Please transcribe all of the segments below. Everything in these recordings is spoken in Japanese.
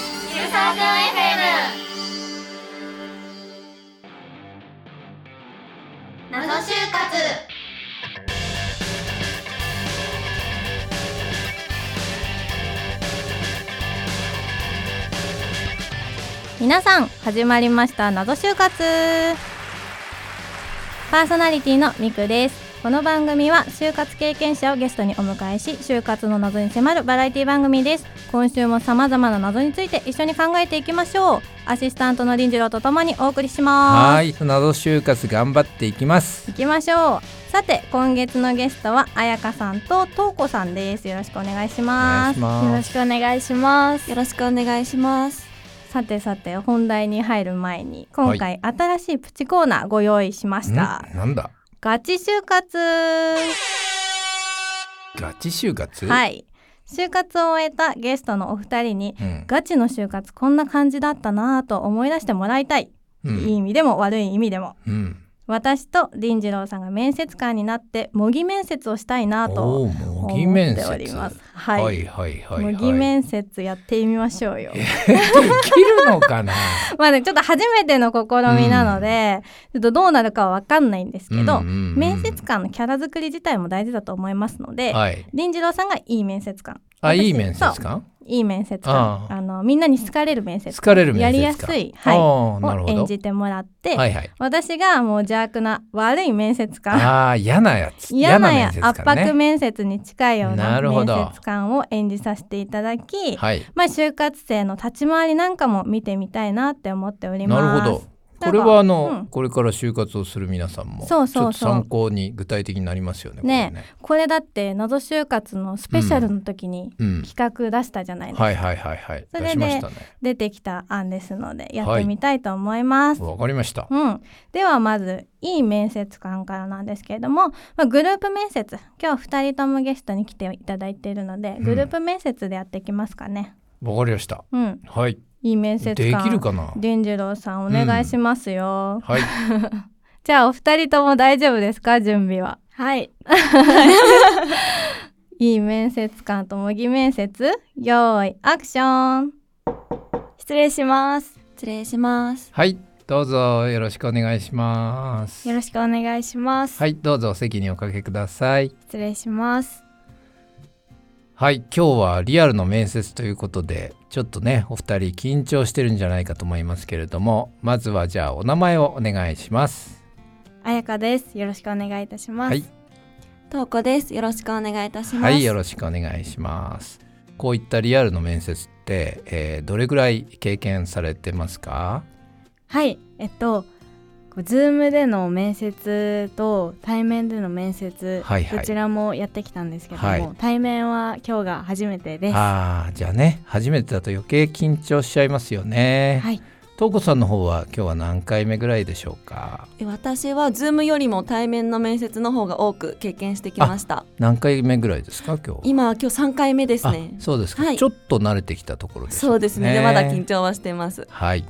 ークン FM 謎就活皆さん始まりました謎就活パーソナリティのみくですこの番組は就活経験者をゲストにお迎えし就活の謎に迫るバラエティ番組です今週も様々な謎について一緒に考えていきましょうアシスタントの林次郎とともにお送りしますはい、謎就活頑張っていきます。行きましょうさて今月のゲストは彩香さんととうこさんですよろしくお願いしお願まいすしまろす。しくお願いします。よろしくお願いします。さてさて本題に入る前に今は回新しいプチコーナーご用意しましんた、なんだガチ就活ガチ就活。はいい就活を終えたゲストのお二人にうん。ガチの就活こんな感じだったなぁと思い出してもらいたい、いういん。意味でも悪い意味でもうん。私と林次郎さんが面接官になって模擬面接をしたいなぁとおー模思擬っ面て接。おりますはい、はいはいはいはい。模擬面接やってみましょうよできるのかなまあねちょっと初めての試みなので、ちょっとどうなるかは分かんないんです けど、うんうんうん面接官のキャラ作り自体も大事だと思いますので、はい。林次郎さんがいい面接官あ、私いい面接そう官いい面接官ああのみんなに好かれる面接好かれる面接官やりやすい、あはーい、なるをほ演ど。じてもらって、はいはい。私がもう邪悪な悪い面接官ああ、嫌なやつ。嫌なや面接圧官ね迫面接に近いようななるほ面ど接官を演じさせていただき、はい。まあ、就活生の立ち回りなんかも見てみたいなって思っております。なるほど。なこんかれはあうのん、これから就活をする皆さんも、ちそょうっそうそうと参考に具体的になりますよね。これねこれだって謎就活のスペシャルの時にうん。企画出したじゃないですか、はいはいはいはい。それ出でしましたね。出てきた案ですのでやってみたいと思います。わかりました。うん、ではまずいい面接官からなんですけれども、まあ、グループ面接今日2人ともゲストに来ていただいているのでんグループ面接でやっていきますかね。わかりました。うん、はい。いい面接で官きるかな。林次郎さんお願いしますよ、はい。じゃあお二人とも大丈夫ですか準備ははい。 いい面接官と模擬面接用意アクション失礼します。失礼します。はい。どうぞよろしくお願いしますよ。ろしくお願いします。はい。どうぞお席におかけください。失礼します。はい。今日はリアルの面接ということで、ちょっとね、お二人緊張してるんじゃないかと思いますけれども、まずはじゃあお名前をお願いします。あやかです。よろしくお願いいたします。はい。とうこです。よろしくお願いいたします。はい。よろしくお願いします。こういったリアルの面接って、えーどれぐらい経験されてますかはい。えっと、こうズームでの面接と対面での面接、はいはいどちらもやってきたんですけども、はい対面は今日が初めてです。はああ、じゃあね、初めてだと余計緊張しちゃいますよね。い。とうこさんの方は今日は何回目ぐらいでしょうかえ私はズームよりも対面の面接の方が多く経験してきました。何回目ぐらいですか今日今今日三回目ですねあ。そうですか、はいちょっと慣れてきたところです、そうですね。でまだ緊張はしてます。はい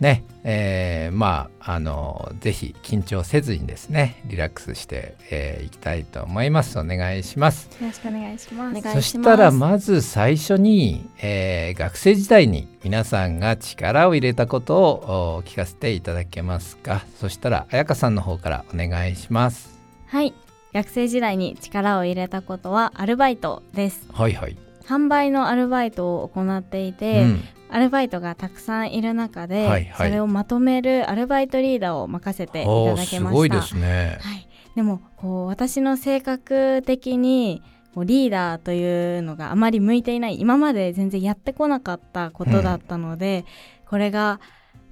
ねえーまああのぜひ緊張せずにですねリラックスしてい、えーいきたいと思いますお願いしますよろしくお願いしまお願す。いします。そしたらまず最初に、えー学生時代に皆さんが力を入れたことをお聞かせていただけますかそしたら彩香さんの方からお願いしますはい。学生時代に力を入れたことはアルバイトです。はいはい、販売のアルバイトを行っていて、うんアルバイトがたくさんいる中で、はいはいそれをまとめるアルバイトリーダーを任せていただおきまーしたすごいですねはい、でもこう私の性格的にこうリーダーというのがあまり向いていない今まで全然やってこなかったことだったので、これが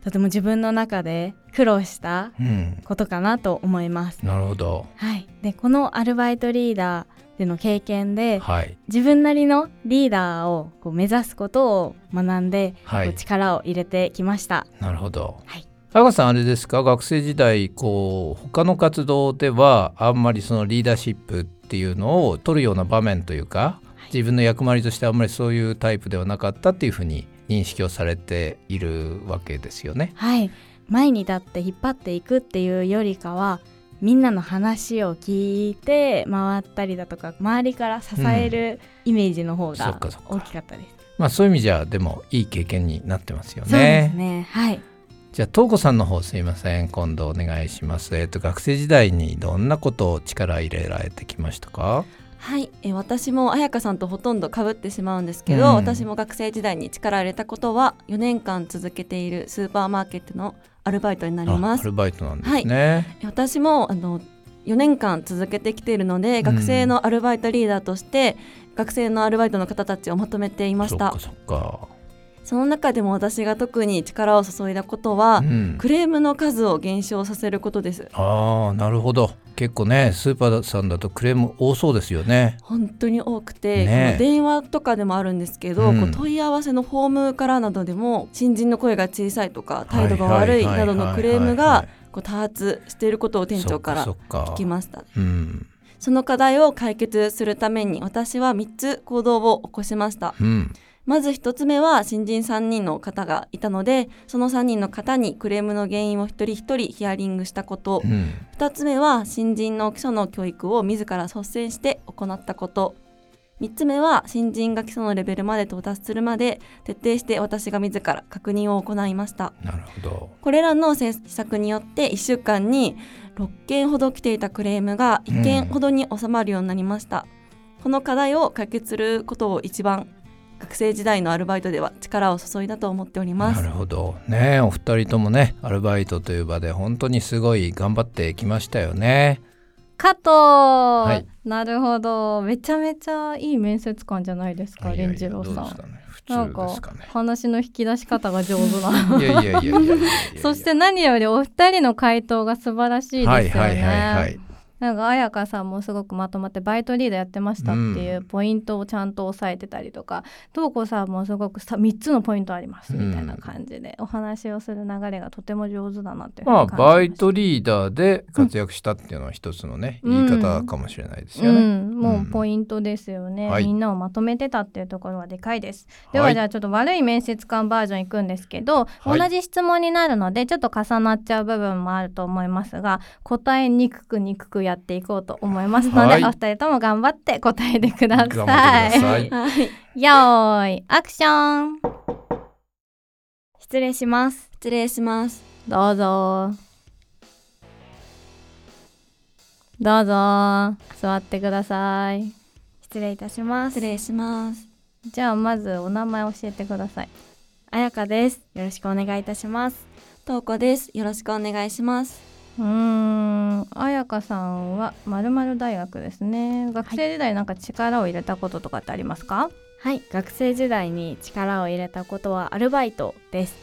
とても自分の中で苦労したうんことかなと思います。なるほど。はい、でこのアルバイトリーダーでの経験ではい。自分なりのリーダーをこう目指すことを学んで、はいこう力を入れてきました。なるほど。はいあやかさんあれですか学生時代こう他の活動ではあんまりそのリーダーシップっていうのを取るような場面というか、自分の役割としてあんまりそういうタイプではなかったっていうふうに認識をされているわけですよね。はい、前に立って引っ張っていくっていうよりかはみんなの話を聞いて回ったりだとか周りから支えるイメージの方そがっかそっか大きかったです。まあ、そういう意味じゃでもいい経験になってますよそうですね。ねはいじゃあ東子さんの方すいません今度お願いします。えっと学生時代にどんなことを力入れられてきましたか？はい、えー私も彩香さんとほとんど被ってしまうんですけうど、ん私も学生時代に力を入れたことは4年間続けているスーパーマーケットのアルバイトになりまアすルバイトなんですね。えー私もあの4年間続けてきているのでん学生のアルバイトリーダーとして、学生のアルバイトの方たちをまとめていまそしったかそっか。その中でも私が特に力を注いだことは、うんクレームの数を減少させることですああなるほど結構ねスーパーさんだとクレーム多そうですよね。本当に多くて、ねえこの電話とかでもあるんですけど、うんこう問い合わせのフォームからなどでも新人の声が小さいとか態度がは悪いははなどのクレームはいはがいこう多発していることを店長からそっかそ聞っかきましたねうんその課題を解決するために私は3つ行動を起こしましたうんまず1つ目は新人3人の方がいたのでその3人の方にクレームの原因を一人一人ヒアリングしたことうん2つ目は新人の基礎の教育を自ら率先して行ったこと3つ目は新人が基礎のレベルまで到達するまで徹底して私が自ら確認を行いましたなるほど。これらの施策によって1週間に6件ほど来ていたクレームが1件ほどに収まるようになりました、この課題を解決することを一番学生時代のアルバイトでは力を注いだと思っておりまなするほどねお二人ともねアルバイトという場で本当にすごい頑張ってきましたよね。加藤、いなるほどめちゃめちゃいい面接官じゃないですかいやいや蓮次郎さどうでんすかね普なん通でかすかね。話の引き出し方が上手な いやいやいやいやいやいや。 そして何よりお二人の回答が素晴らしいですよね、はいはいはいはい。なんか彩香さんもすごくまとまってバイトリーダーやってましたっていうポイントをちゃんと押さえてたりとか瞳子、さんもすごくさ3つのポイントありますみたいな感じでお話をする流れがとても上手だなっていうふうまあに感じましたバイトリーダーで活躍したっていうのは一つのね、うん言い方かもしれないですようね。ん、もううんポイントですよね、はいみんなをまとめてたっていうところはでかいですでははいじゃあちょっと悪い面接官バージョンいくんですけど、はい同じ質問になるのでちょっと重なっちゃう部分もあると思いますが答えにくくにくくやっていこうと思いますので、はいお二人とも頑張って答えてください。頑張ってくださいはい、よーいアクション失礼します失礼しますどうぞどうぞ座ってください失礼いたします失礼しますじゃあまずお名前教えてください彩香ですよろしくお願いいたします東子ですよろしくお願いしますうーん、彩香さんはまるまる大学ですね。学生時代なんか力を入れたこととかってありますか？はい学生時代に力を入れたことはアルバイトです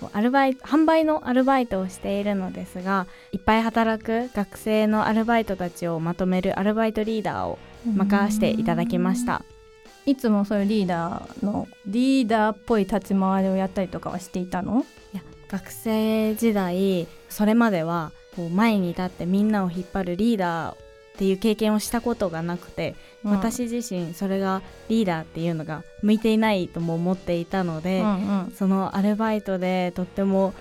もうアルバイト販売のアルバイトをしているのですがいっぱい働く学生のアルバイトたちをまとめるアルバイトリーダーを任していただきまし。たいつもそういうリーダーのリーダーっぽい立ち回りをやったりとかはしていたの？学生時代それまではこう前に立ってみんなを引っ張るリーダーっていう経験をしたことがなくて、うん、私自身それがリーダーっていうのが向いていないとも思っていたのうで、んうん。そのアルバイトでとっても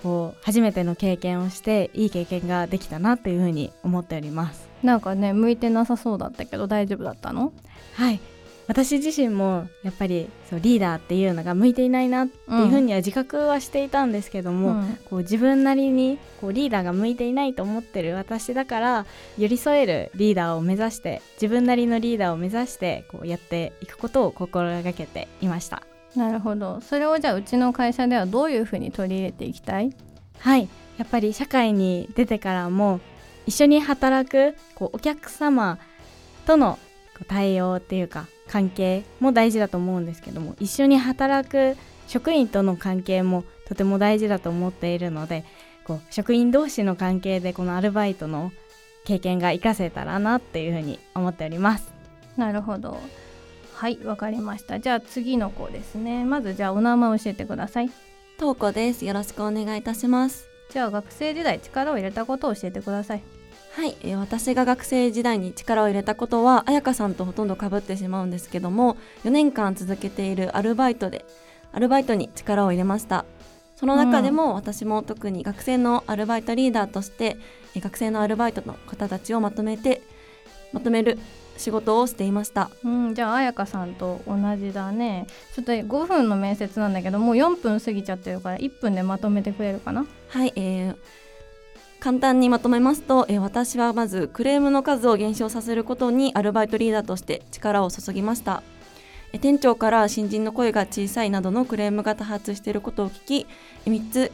こう初めての経験をしていい経験ができたなというふうに思っておりますなんかね向いてなさそうだったけど大丈夫だったの？はい私自身もやっぱりそうリーダーっていうのが向いていないなっていうふうには自覚はしていたんですけども、うんこう自分なりにこうリーダーが向いていないと思ってる私だから寄り添えるリーダーを目指して自分なりのリーダーを目指してこうやっていくことを心がけていましたなるほど。それをじゃあうちの会社ではどういうふうに取り入れていきたい？はいやっぱり社会に出てからも一緒に働くこうお客様とのこう対応っていうか関係も大事だと思うんですけども一緒に働く職員との関係もとても大事だと思っているのでこう職員同士の関係でこのアルバイトの経験が活かせたらなっていうふうに思っております。なるほど。はい、わかりました。じゃあ次の子ですね。まずじゃあお名前教えてください。東子ですよろしくお願いいたしますじゃあ学生時代力を入れたことを教えてください。はい、えー私が学生時代に力を入れたことは彩香さんとほとんど被ってしまうんですけども4年間続けているアルバイトでアルバイトに力を入れましたその中でも私も特に学生のアルバイトリーダーとして、えー学生のアルバイトの方たちをまとめてまとめる仕事をしていましたうん、じゃあ彩香さんと同じだねちょっと5分の面接なんだけどもう4分過ぎちゃってるから1分でまとめてくれるかなはい、えー簡単にまとめますと、えー私はまずクレームの数を減少させることにアルバイトリーダーとして力を注ぎました、えー店長から新人の声が小さいなどのクレームが多発していることを聞きえー3つ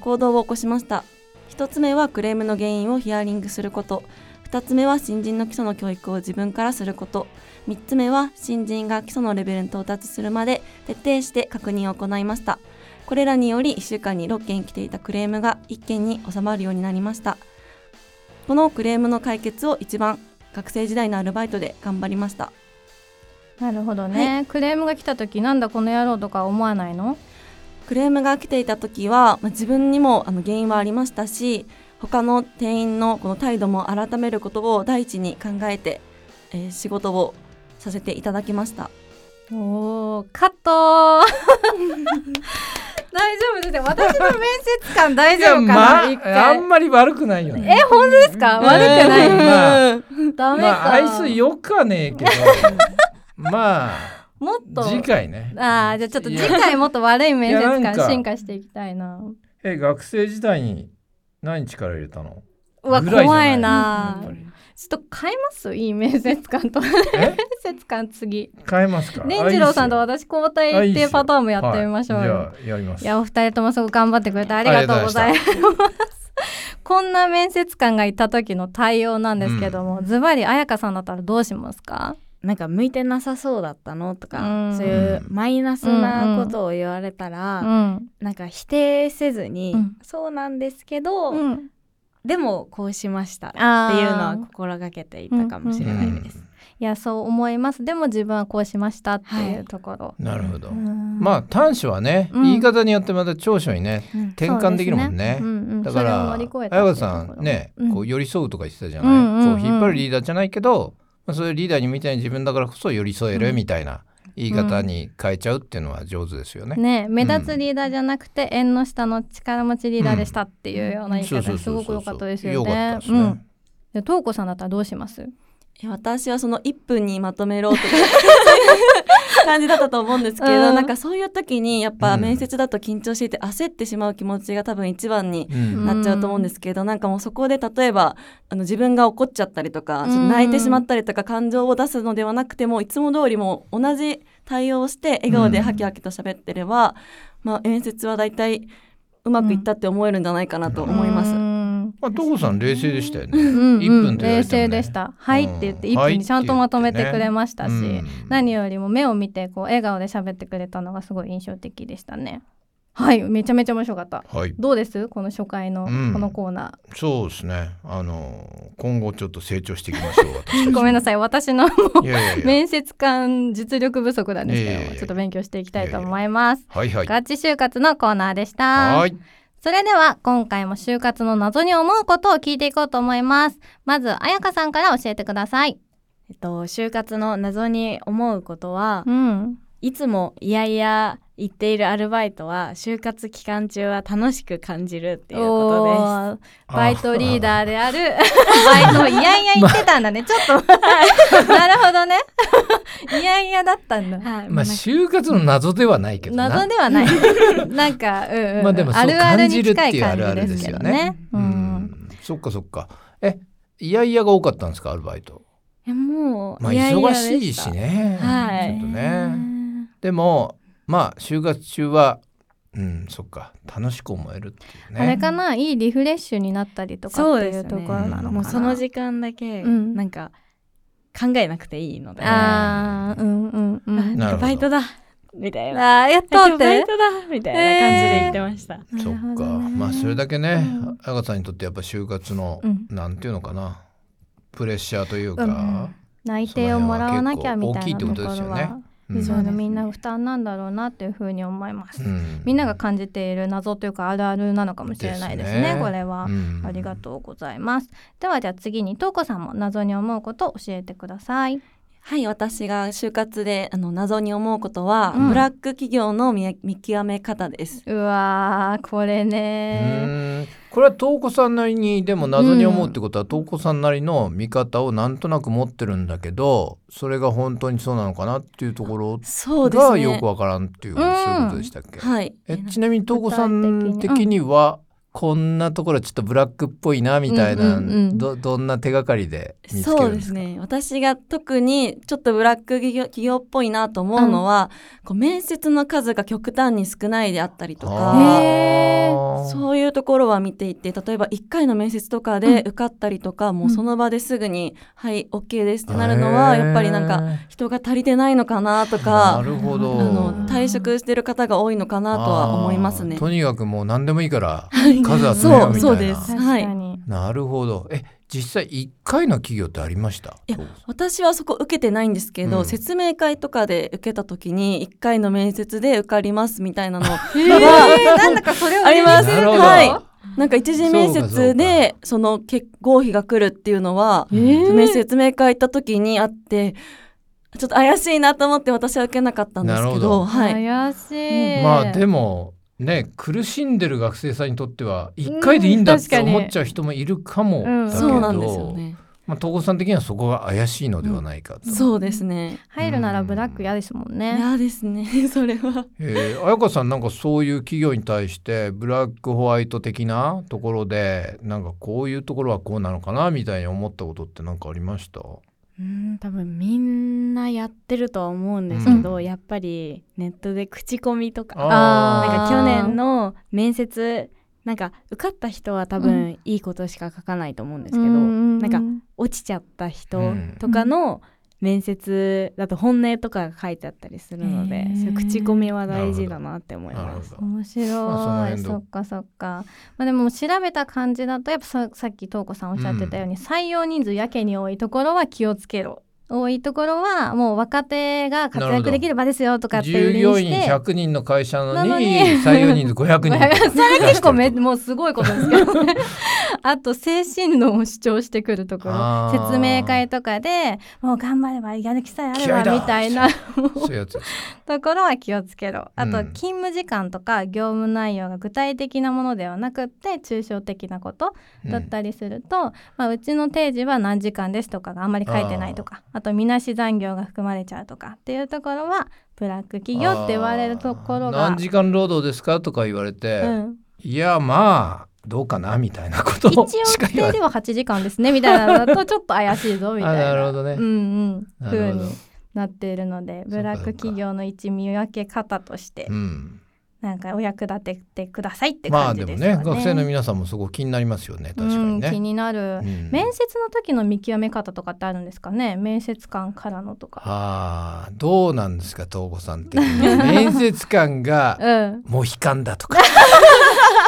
行動を起こしました1つ目はクレームの原因をヒアリングすること2つ目は新人の基礎の教育を自分からすること3つ目は新人が基礎のレベルに到達するまで徹底して確認を行いましたこれらにより1週間に6件来ていたクレームが1件に収まるようになりましたこのクレームの解決を一番学生時代のアルバイトで頑張りましたなるほどね、クレームが来た時なんだこの野郎とか思わないのクレームが来ていた時は、まあ自分にもあの原因はありましたし他の店員のこの態度も改めることを第一に考えて、えー仕事をさせていただきましたおーカットー 大丈夫ですよ私の面接官大い丈や夫かなま一ああ回んまり悪くないよねえ本当ですか悪くない、えーまあダメか、まあ愛想よかねえけどまあもっと次回ねあーじゃあちょっと次回もっと悪い面接いやなん官か進化していきたいなえ学生時代に何力入れたのうわぐらじゃ怖いなやっぱりちょっと変えますいい面接官と面え接官次変えます か蓮次郎さんと私交代あいいっってすいようパターンもやってみましょうよ、はいじゃあやりますいやお二人ともすごく頑張ってくれてありがとうございます。 こんな面接官がいた時の対応なんですけども、ズバリ彩香さんだったらどうしますか？なんか向いてなさそうだったのとか、うんそういうマイナスなことを言われたら、うん、なんか否定せずに、うんそうなんですけど、うん、でもこうしましたっていうあーのは心がけていたかもしれないです。いやそう思います。でも自分はこうしましたっていはういところ。うんなるほどうんまあ短所はね、うん言い方によってまた長所にねうん転換できるもんねそうですうんうんだかそれをら乗り綾越えた香さんね、うんこう寄り添うとか言ってたじゃない、うんうんうんこう引っ張るリーダーじゃないけど、まあ、そういうリーダーにみたいに自分だからこそ寄り添えるみたいな言い方に変えちゃうっていうのは上手ですよね。ね目立つリーダーじゃなくて、縁の下の力持ちリーダーでしたっていうような言いそうそ方うすそうそうごく良かったです良よかったねで。すねうん。で、東子さんだったらどうします？え私はその1分にまとめろとかそういう感じだったと思うんですけど、うんなんかそういう時にやっうぱん面接だと緊張していて焦ってしまう気持ちが多分一番にうんなっちゃうと思うんですけど、なんかもうそこで例えばあの自分が怒っちゃったりとかちょっと泣いてしまったりとか感情を出すのではなくてもいつも通りもう同じ対応をして笑顔でハキハキと喋ってれば、まあ、演説は大体うまくいったって思えるんじゃないかなと思います。うんまあ、どこさん冷静でしたようね。んうん一分って言われてもね冷静でした。はいって言ってうん一分にちゃんとまとめてくれましたし、はいって言ってねうん何よりも目を見てこう笑顔で喋ってくれたのがすごい印象的でしたね。はい、めちゃめちゃ面白かった。はい、どうですこの初回のうんこのコーナそうですね。あの今後ちょっと成長していきましょう。私 ー。ごめんなささい、私のもういやいやいや面接官実力不足なんですけどいやもいやいやちょっと勉強していきたいと思います。はいはい。ガチ就活のコーナーでした。はい。それでは今回も就活の謎に思うことを聞いていこうと思います。まず、彩香さんから教えてください。えっと就活の謎に思うことは、うん。いつもいやいや言っているアルバイトは就活期間中は楽しく感じるっていうことです。おーバイトリーダーであるバイトをいやいや言ってたんだね、ちょっとなるほどねいやいやだったんだはいまあ就活の謎ではないけどな。謎ではないなんか、うんうんまあでもそうあるあるに近感じるっていいうあ感るあるじでですすけよどねねううんん。そっかそっか。え、いやいやが多かったんですかアルバイト。えもう、まあいやいや忙でたしいしね。はいちょっとね。でもまあ就活中は。うん、そっか楽しく思えるっていうねあれかないいリフレッシュになったりとかっていうところなのかな、うんもうその時間だけ、うんなんか考えなくていいので、ああーうんうんうなんんなるかほどバイトだみたいな、あーやっ今と日っバイてトだみたいな感じで言ってました。そっか、まあそれだけね、あやかさんにとってやっぱ就活の、うんなんていうのかな、プレッシャーといううかん、内定をもらわなきゃみたいなところその辺は結構大きいってことですよねはうん非常にみんな負担なんだろうなというふうに思います、うんみんなが感じている謎というかあるあるなのかもしれないですねですねこれは、うんありがとうございますではじゃあ次にとうこさんも謎に思うことを教えてくださいはい私が就活であの謎に思うことは、うんブラック企業の見見極め方ですうわーこれうねーんこれは東子さんなりにでも謎に思うってことは、東子さんなりの見方をなんとなく持ってるんだけどそれが本当にそうなのかなっていうところそうですがねよくわからんっていうそういうことでしたっけ、はいえちなみに東子さん具体的に的には、こんなところちょっとブラックっぽいなみたいな、うんうんうんどどんな手がかりで見つけそるうんでですすかね私が特にちょっとブラック企業企業っぽいなと思うのは、こう面接の数が極端に少ないであったりとあかーへーそういうところは見ていて例えば1回の面接とかで受かったりとか、もうその場ですぐに「はい OK です」ってなるのはへーやっぱりなんか人が足りてないのかなとなかるほあどの退職してる方が多いのかなとは思いますあねー。とにかくもう何でもいい からい数集めようみたいなそうそうです確かに、なるほどえ実際一回の企業ってありましたいや私はそこ受けてないんですけど、うん説明会とかで受けた時に1回の面接で受かりますみたいなのえー、なんだかそれをあります。なるほどはい、なんか一次面接でその結合否が来るっていうのはえ説明説明会行った時にあってちょっと怪しいなと思って私は受けなかったんでなすけるほどどはい、怪しい、まあでもね苦しんでる学生さんにとっては一回でいいんだって思っちゃう人もいるかもうんだけど、そうなんですよねまあ、東郷さん的にはそこが怪しいのではないかと。そうですね入るならブラック嫌ですもんね、嫌ですねそれはえー、彩香さんなんかそういう企業に対してブラックホワイト的なところでなんかこういうところはこうなのかなみたいに思ったことって何かありましたうん多分みんなやってるとは思うんですけど、うんやっぱりネットで口コミとかあーなんかあ去ー年の面接なんか受かった人は多う分いいことしか書かないと思うんですけど、うんなんか落ちちゃった人うんとかの面接だと本音とかが書いてあったりするので、へーそういう口コミは大事だなって思いなるます。ほど。面白い、まあその辺どそうっかそっか、まあ、でも調べた感じだとやっぱささっき東子さんおっしゃってたように、採用人数やけに多いところは気をつけろ多いところはもう若手が活なるほ躍どできる場ですよとかってい従うふ業うに員して100人の会社ななののにに採用人数500 人。それ結構めもうすごいことですけど ねあと精神論を主張してくるところあー説明会とかでもう頑張ればやる気さえあ気合れいだばみたいなそういうやつです。ところは気をつけろあうとん勤務時間とか業務内容が具体的なものではなくって抽象的なことうんだったりすると、うまあ、うちの定時は何時間ですとかがあんまり書いてないとかあとみなし残業が含まれちゃうとかっていうところはブラック企業って言われるところあーが何時間労働ですかとか言われて、うん、いやまあどうかなみたいな こと一応しか規言わ定れでは8時間ですねみたいなの だとちょっと怪しいぞみたいなあなるほどねうんうん、なふるうほどになっているのでうかブラック企業の一見分け方としてうん、なんかお役立ててくださいってまあ感でじでもすよね。ね学生の皆さんもすごく気になりますよね確かにうん、気ね。になる、うん面接の時の見極め方とかってあるんですかね面接官からのとか。ああどうなんですか東子さん的に面接官がうん、モヒカンだとか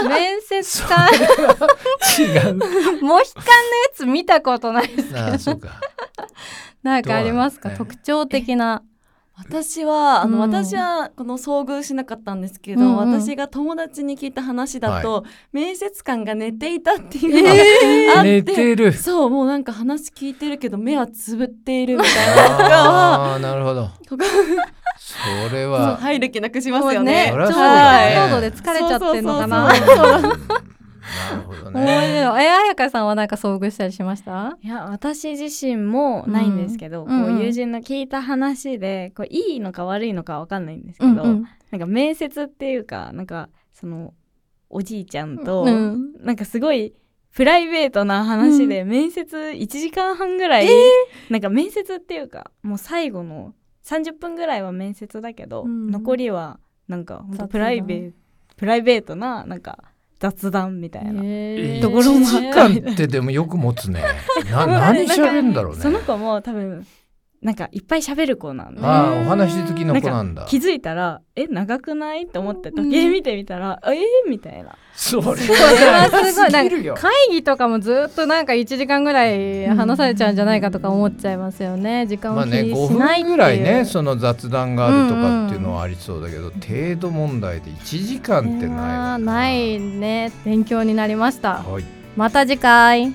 面接官違うモヒカンのやつ見たこ とないですああそうかなんかありますか、どうなん特徴的な私はあの、うん私はこの遭遇しなかったんですけど、うんうん私が友達に聞いた話だと、面接官が寝ていたっていうのが あっ寝ててるそうもうなんか話聞いてるけど目はつぶっているみたいなのがああなるほどここそれそうは入る気なくしますよねそもうりねゃ超そうだね高濃度で疲れちゃってんのかなそうそううんなるほど面白い。え、ねあやかさんはなんか遭遇したりしました？いや私自身もないんですけど、うんこうんう友人の聞いた話でこういいのか悪いのかわかんないんですけうど、んうんなんか面接っていうかなんかそのおじいちゃんと、うんなんかすごいプライベートな話で面接1時間半ぐらい、なんか面接っていうかもう最後の30分ぐらいは面接だけど、うん残りはなんかほん雑と談プライベートプライベートななんか雑談みたいな、へーところも一時間ってでもよく持つね。な何喋るんだろうね。その子も多分なんかいっぱい喋る子なんでああお話し好きの子なんだ。気づいたら「え長くない?」と思って時計見てみたら「えーみたいなそれはそれはすごいすなぎんるよか会議とかもずっとなんか1時間ぐらい話されちゃうんじゃないかとか思っちゃいますよね時間まをあ気ねに5しない分っていぐう、らいねその雑談があるとかっていうのはありそうだけど、程度問題で1時間ってないわいやーないね勉強になりましたはいまた次回